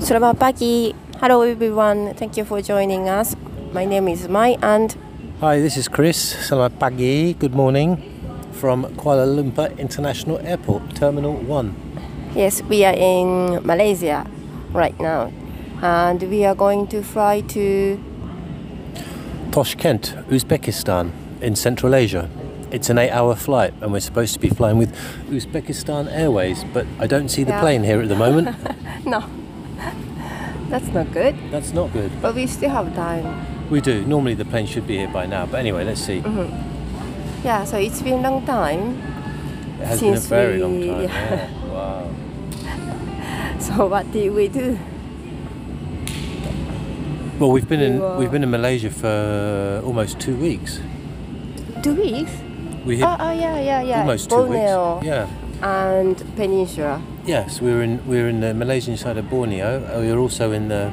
Selamat pagi. Hello everyone. Thank you for joining us. My name is Mai and Hi, this is Chris. Selamat pagi. Good morning from Kuala Lumpur International Airport, Terminal 1. yes, we are in Malaysia right now. And we are going to fly to Toshkent, Uzbekistan, in Central Asia. It's an eight hour flight, and we're supposed to be flying with Uzbekistan Airways, but I don't see the Yeah. plane here at the moment. No. That's not good. That's not good. But we still have time. We do. Normally the plane should be here by now, but anyway, let's see. Mm-hmm. Yeah, so it's been a long time. It has been a Since very long we- yeah. time. yeah. Wow. So what did we do? Well, we've been We in were- we've been in Malaysia for almost two weeks. Two weeks? We hit Oh, oh yeah, yeah, yeah. almost two Borneo weeks. Yeah. and Peninsula. Yes, we were in we were in the Malaysian side of Borneo. Uh, We were also in the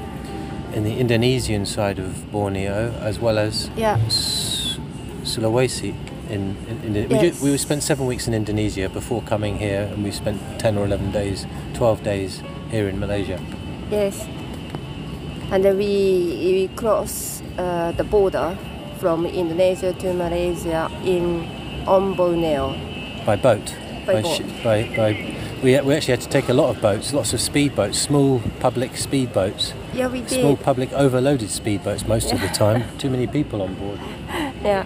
in the Indonesian side of Borneo, as well as Yeah. S- Sulawesi. In, in, in we, Yes. did, we spent seven weeks in Indonesia before coming here, and we spent ten or eleven days, twelve days here in Malaysia. Yes. And then we, we cross uh, the border from Indonesia to Malaysia in on Borneo. by boat. By by, boat. shi- by, by we, we actually had to take a lot of boats, lots of speedboats, small public speedboats, Yeah, we small did. public overloaded speedboats most of the time. Too many people on board. Yeah.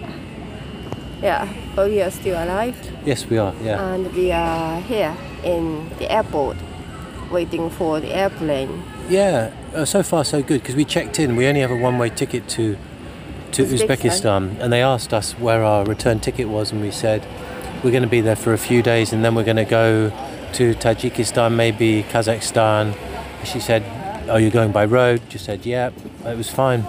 Yeah, but we are still alive Yes, we are. Yeah. and we are here in the airport waiting for the airplane. Yeah, uh, so far so good because we checked in. We only have a one-way ticket to to Uzbekistan. Uzbekistan, and they asked us where our return ticket was, and we said we're going to be there for a few days, and then we're going to go to Tajikistan, maybe Kazakhstan. She said, "Are you going by road?" Just said, "Yeah." It was fine.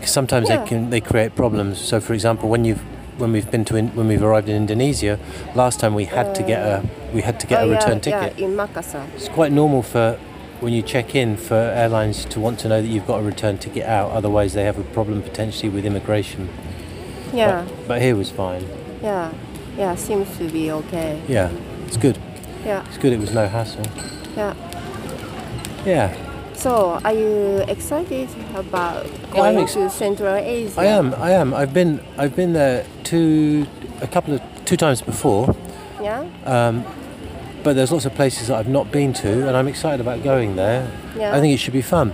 'Cause sometimes Yeah. they can they create problems. So, for example, when you've when we've been to in, when we've arrived in Indonesia, last time we had to get a we had to get Oh, a yeah, return ticket. yeah, in Makassar. It's quite normal for when you check in for airlines to want to know that you've got a return ticket out, otherwise, they have a problem potentially with immigration. Yeah, But, but here was fine. yeah, yeah, seems to be okay. Yeah, it's good. Yeah, It's good, it was no hassle. yeah. Yeah, So, are you excited about Yeah, I'm going ex- to Central Asia? I am, I am. I've been, I've been there two, a couple of, two times before, Yeah, um, but there's lots of places that I've not been to, and I'm excited about going there. yeah. I think it should be fun.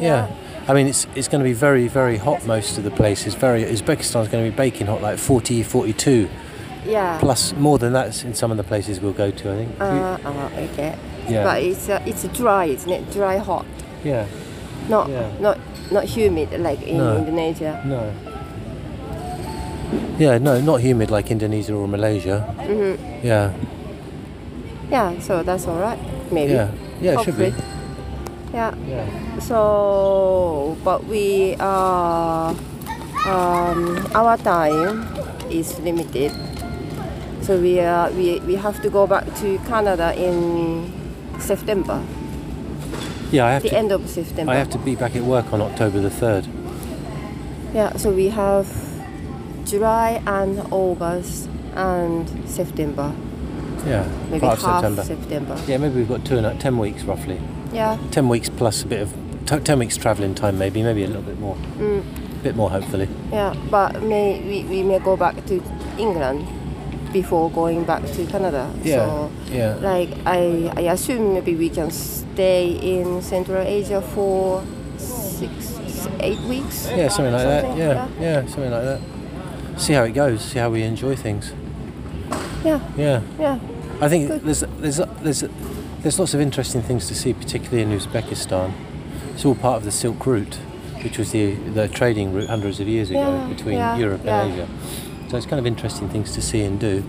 Yeah. I mean, it's, it's going to be very, very hot most of the places. Very Uzbekistan's going to be baking hot, like 40, 42. yeah. Plus, more than that in some of the places we'll go to, I think. Uh, uh, okay. yeah. But it's uh, it's dry, isn't it? Dry hot, yeah. not Yeah. not not humid like in No. Indonesia. No. Yeah, no, not humid like Indonesia or Malaysia. Mm-hmm. Yeah. Yeah, so that's all right. Maybe. Yeah. Yeah, it should be. Hopefully. Yeah. Yeah. So, but we are um, our time is limited. So we are we, we have to go back to Canada in September, Yeah, I have the to. end of September. I have to be back at work on October the third. Yeah, so we have July and August and September, Yeah, maybe part of half September. September. Yeah, maybe we've got two and a, ten weeks roughly. Yeah, Ten weeks plus a bit of t- ten weeks travelling time, maybe, maybe a little bit more. mm, bit more hopefully. yeah, but may we, we may go back to England before going back to Canada. So, yeah. like I, I assume maybe we can stay in Central Asia for six, eight weeks. Yeah, something like that. Something, Yeah. yeah, something like that. See how it goes. See how we enjoy things. Yeah, Yeah, yeah, I think Good. there's there's there's there's lots of interesting things to see, particularly in Uzbekistan. It's all part of the Silk Route, which was the the trading route hundreds of years ago Yeah, between yeah, Europe yeah. and Asia. So it's kind of interesting things to see and do.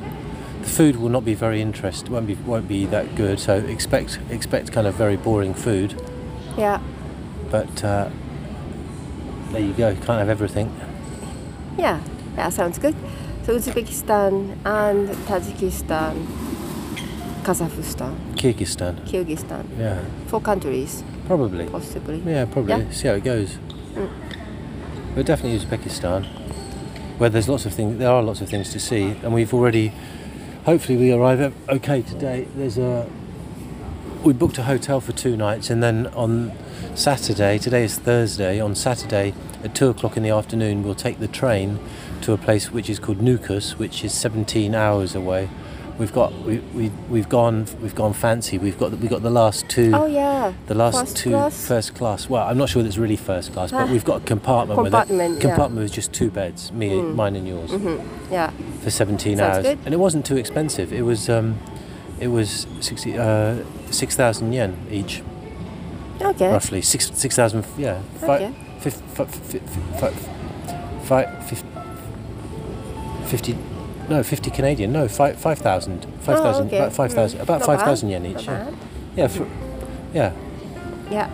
The food will not be very interest won't be won't be that good. So expect expect kind of very boring food. yeah. But uh, there you go. Can't have everything. Yeah, yeah, sounds good. So Uzbekistan and Tajikistan, Kazakhstan, Kyrgyzstan. Kyrgyzstan, Yeah, four countries probably. possibly. Yeah, probably. Yeah. See how it goes. Mm. But definitely Uzbekistan, where there's lots of things. There are lots of things to see, and we've already. Hopefully, we arrive at, okay today. There's a. We booked a hotel for two nights, and then on Saturday, today is Thursday, on Saturday at two o'clock in the afternoon, we'll take the train to a place which is called Nukus, which is 17 hours away. We've got we, we we've gone we've gone fancy. We've got we got the last two Oh yeah. the last First two first class? class. Well, I'm not sure that it's really first class, but Ah. we've got a compartment. Compartment, with yeah. Mm-hmm. compartment with just two beds, me, mine, and yours, Yeah. for 17 Sounds hours. good. And it wasn't too expensive. It was um, it was 60, uh, six thousand yen each, Okay. roughly six six thousand. Yeah, Okay. fif- fi- fi- fi- fi- fi- fif- 50 no, 50 Canadian, no, fi- 5,000, 5,000, okay. about 5,000, Mm. about Not bad, 5,000 yen each. Not Yeah, bad. yeah, for, yeah. Yeah.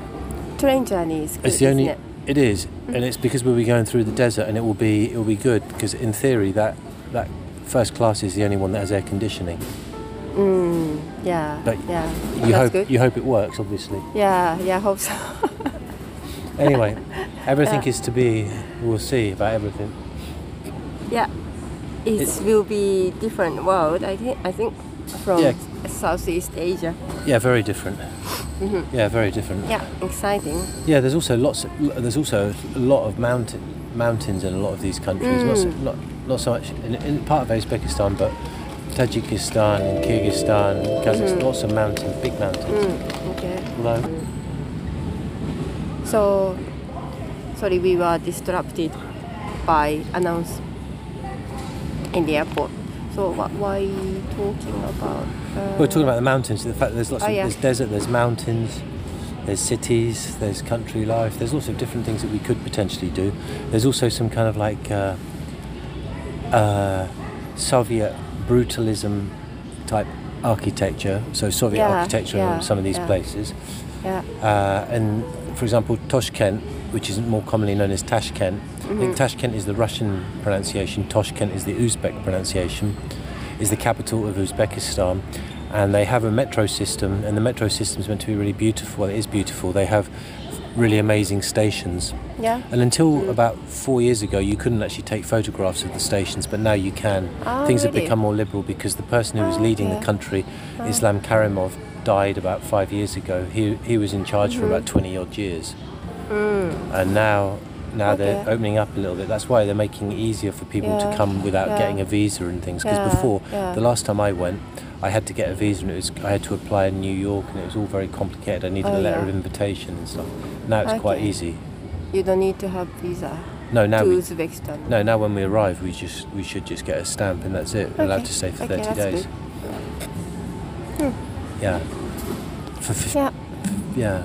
Train journey is good. It's the only. Isn't it? it is, and it's because we'll be going through the desert, and it will be it will be good because in theory that that first class is the only one that has air conditioning. Mm. Yeah. But yeah. You That's hope good. you hope it works, obviously. yeah. Yeah. Hope so. Anyway, everything is to be. We'll see about everything. Yeah, it, will be different world. I think. I think from Yeah. Southeast Asia. Mm-hmm. Yeah, very different. Yeah, very different. Yeah, exciting. Yeah, there's also lots. Of, l- there's also a lot of mountain mountains in a lot of these countries. Not, Mm. so, not not so much in, in part of Uzbekistan, but Tajikistan and Kyrgyzstan, Mm. Kazakhstan. Lots of mountains, big mountains. Okay. Although, So, sorry, we were distracted by announce in the airport. So what were you talking about? Uh, We We're talking about the mountains. The fact that there's lots Oh, of yeah. there's desert, there's mountains, there's cities, there's country life. There's lots of different things that we could potentially do. There's also some kind of like uh, uh, Soviet brutalism type architecture. So Soviet Yeah, architecture yeah, in some of these yeah. places. yeah. Uh, and for example, Toshkent, which is more commonly known as Tashkent, mm-hmm. I think Tashkent is the Russian pronunciation, Toshkent is the Uzbek pronunciation, is the capital of Uzbekistan. And they have a metro system, and the metro system is meant to be really beautiful. Well, it is beautiful. They have really amazing stations. Yeah. And Mm. until about four years ago, you couldn't actually take photographs of the stations, but now you can. Oh, Things have really? Ah. become more liberal because the person who was Oh, leading the okay. country, Islam Karimov, died about five years ago. He, he was in charge Mm-hmm. for about 20 odd years. Mm. And now, now they're Okay. opening up a little bit. That's why they're making it easier for people Yeah, to come without yeah. getting a visa and things. Because Yeah, before, yeah. the last time I went, I had to get a visa and it was, I had to apply in New York and it was all very complicated. I needed Oh, a letter yeah. of invitation and stuff. Now it's quite Okay. easy. You don't need to have visa No, now to we, Uzbekistan. no, now when we arrive, we just we should just get a stamp and that's it. We're allowed Okay. to stay for Okay, 30 that's Hmm. days. Yeah. For fif- Yeah. yeah.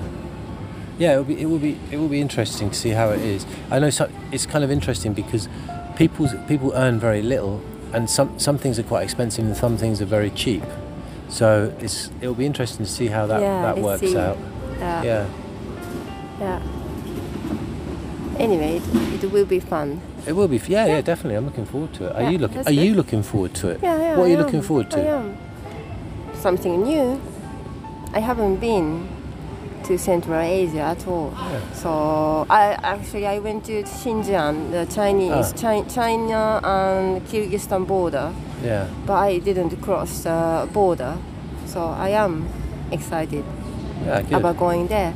Yeah, it will be it will be it will be interesting to see how it is. I know so, it's kind of interesting because people people earn very little, and some some things are quite expensive and some things are very cheap. So it's it will be interesting to see how that yeah. that let's works see. out. Yeah. Yeah, Yeah. Anyway, it, it will be fun. it will be. f- Yeah, yeah, definitely. I'm looking forward to it. Are Yeah, you looking Are that's you good. looking forward to it? Yeah, yeah. What are I you looking am. forward to? I am. Something new. I haven't been to Central Asia at all. So I actually I went to Xinjiang, the Chinese Ah. Chi- China and Kyrgyzstan border, Yeah. but I didn't cross the border. So I am excited Yeah, Ah, good. about going there.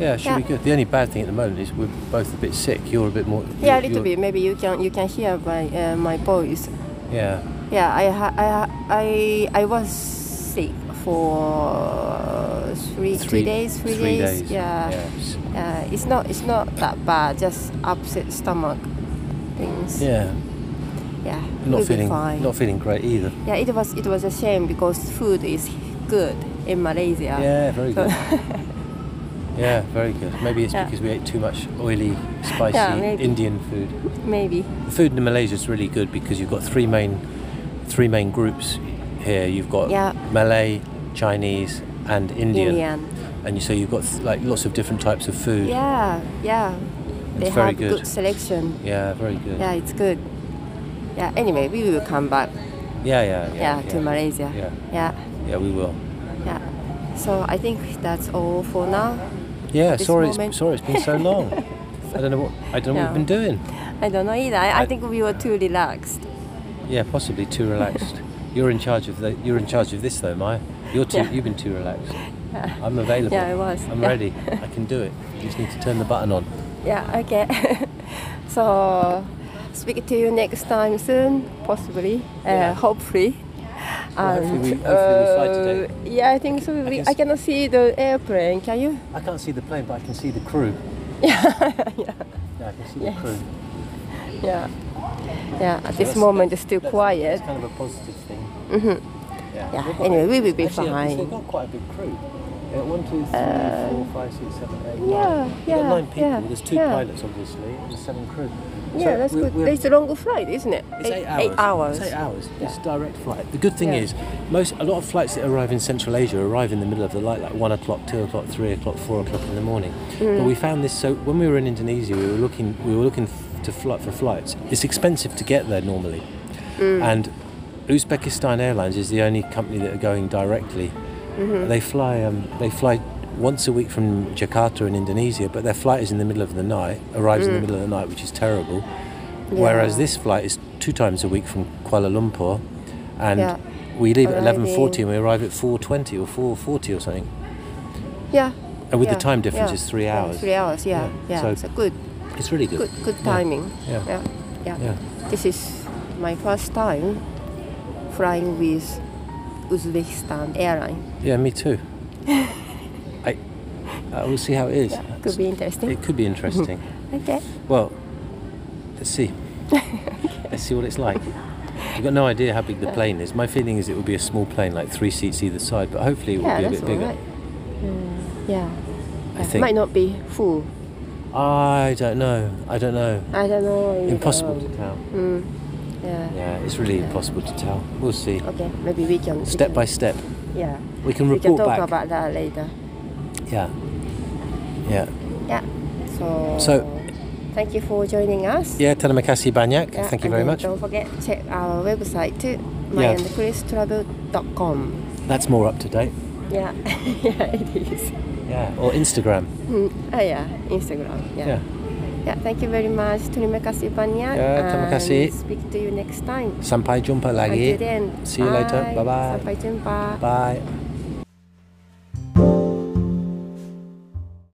Yeah, it should Yeah. be good. The only bad thing at the moment is we're both a bit sick. You're a bit more. Yeah, a you're- little you're- bit. Maybe you can you can hear my uh, my voice. Yeah, Yeah, I ha- I ha- I I was sick for three, two days, three, days. Yeah. s- Uh, it's not it's not that bad. Just upset stomach things. yeah. Yeah. we'll Not be feeling fine. not feeling great either. yeah, it was it was a shame because food is good in Malaysia. Yeah, very So- good. yeah, very good. Maybe it's Yeah. because we ate too much oily, spicy maybe. Indian food. Maybe. The food in Malaysia is really good because you've got three main three main groups here. You've got Yeah. Malay, Chinese, and Indian. Indian. And you, so you've got th- like lots of different types of food. Yeah, yeah. They It's very have good. good selection. Yeah, very good. Yeah, it's good. Yeah. Anyway, we will come back. Yeah, yeah, Yeah, to Malaysia. Yeah, Yeah. yeah, we will. Yeah. So I think that's all for now. Yeah, this sorry, it's, moment. sorry, it's been so long. I don't know what I don't know what we've been doing. I don't know either. I, I- I think we were too relaxed. Yeah, possibly too relaxed. you're in charge of the, You're in charge of this though, Maya. You're too. Yeah. You've been too relaxed. I'm available. Yeah, I was. I'm Yeah. ready. I can do it. You just need to turn the button on. Yeah, okay. so, speak to you next time soon, possibly, uh, Yeah. hopefully. Well, hopefully we- hopefully we fly today. uh, Yeah, I think so. We, guess- I cannot see the airplane, can you? I can't see the plane, but I can see the crew. yeah, Yeah, I can see Yes. the crew. yeah. Yeah, at this That's- moment it's still that's- quiet. That's kind of a positive thing. Mm-hmm. Yeah. Yeah, They've got anyway, we will be actually, yeah, 'cause fine. Uh, They've got quite a big crew. Yeah, one, two, three, four, five, six, seven, eight, nine. Yeah, They've yeah, got nine people. yeah, There's two yeah. pilots, obviously. and There's seven crew. yeah, So that's we're- good. we're- It's a long flight, isn't it? It's eight, Eight hours. It's eight hours. It's direct flight. The good thing Yeah. is, most a lot of flights that arrive in Central Asia arrive in the middle of the night, like one o'clock, two o'clock, three o'clock, four o'clock in the morning. But we found this. So when we were in Indonesia, we were looking, we were looking f- to flight for flights. It's expensive to get there normally, Mm, and Uzbekistan Airlines is the only company that are going directly. mm-hmm. They fly. Um, they fly. Once a week from Jakarta in Indonesia, but their flight is in the middle of the night, arrives in the middle of the night, which is terrible. Whereas Mm. Yeah. this flight is two times a week from Kuala Lumpur, and Yeah. we leave at Arriving. eleven forty and we arrive at four twenty or four forty or something. Yeah. And with the yeah, time difference, yeah. it's three Yeah, hours. Three hours, yeah. Yeah, Yeah. so- So, good, It's really good. good, good Yeah. timing. Yeah. Yeah. yeah. Yeah. This is my first time flying with Uzbekistan airline. Yeah, me too. I, I will see how it is. Could be interesting. It could be interesting. Okay. well, let's see. Let's see what it's like. I've got no idea how big the plane is. My feeling is it will be a small plane, like three seats either side, but hopefully it will yeah, be a that's bit bigger. all right. Mm, yeah. I Yeah. think. Might not be full. I don't know. I don't know. I don't know. if, Impossible um, to tell. Mm, yeah. Yeah, it's really impossible to tell. We'll see. Okay. Maybe we can. we Step can- by step. Yeah. We can We can report talk back. about that later. Yeah. Yeah. Yeah. So. So- Thank you for joining us. Yeah, Tanamakasi Banyak. Yeah, Thank you and very then much. Don't forget check our website too, Yeah. myandchristravel.com. That's more up to date. Yeah, yeah, it is. Yeah. Or Instagram. Mm. Oh yeah, Instagram. Yeah. Yeah. Yeah, thank you very much. Terima kasih banyak. Yeah, terima and kasih. Speak to you next time. Sampai jumpa Until lagi. then. See you later. Bye-bye. Sampai jumpa. Bye.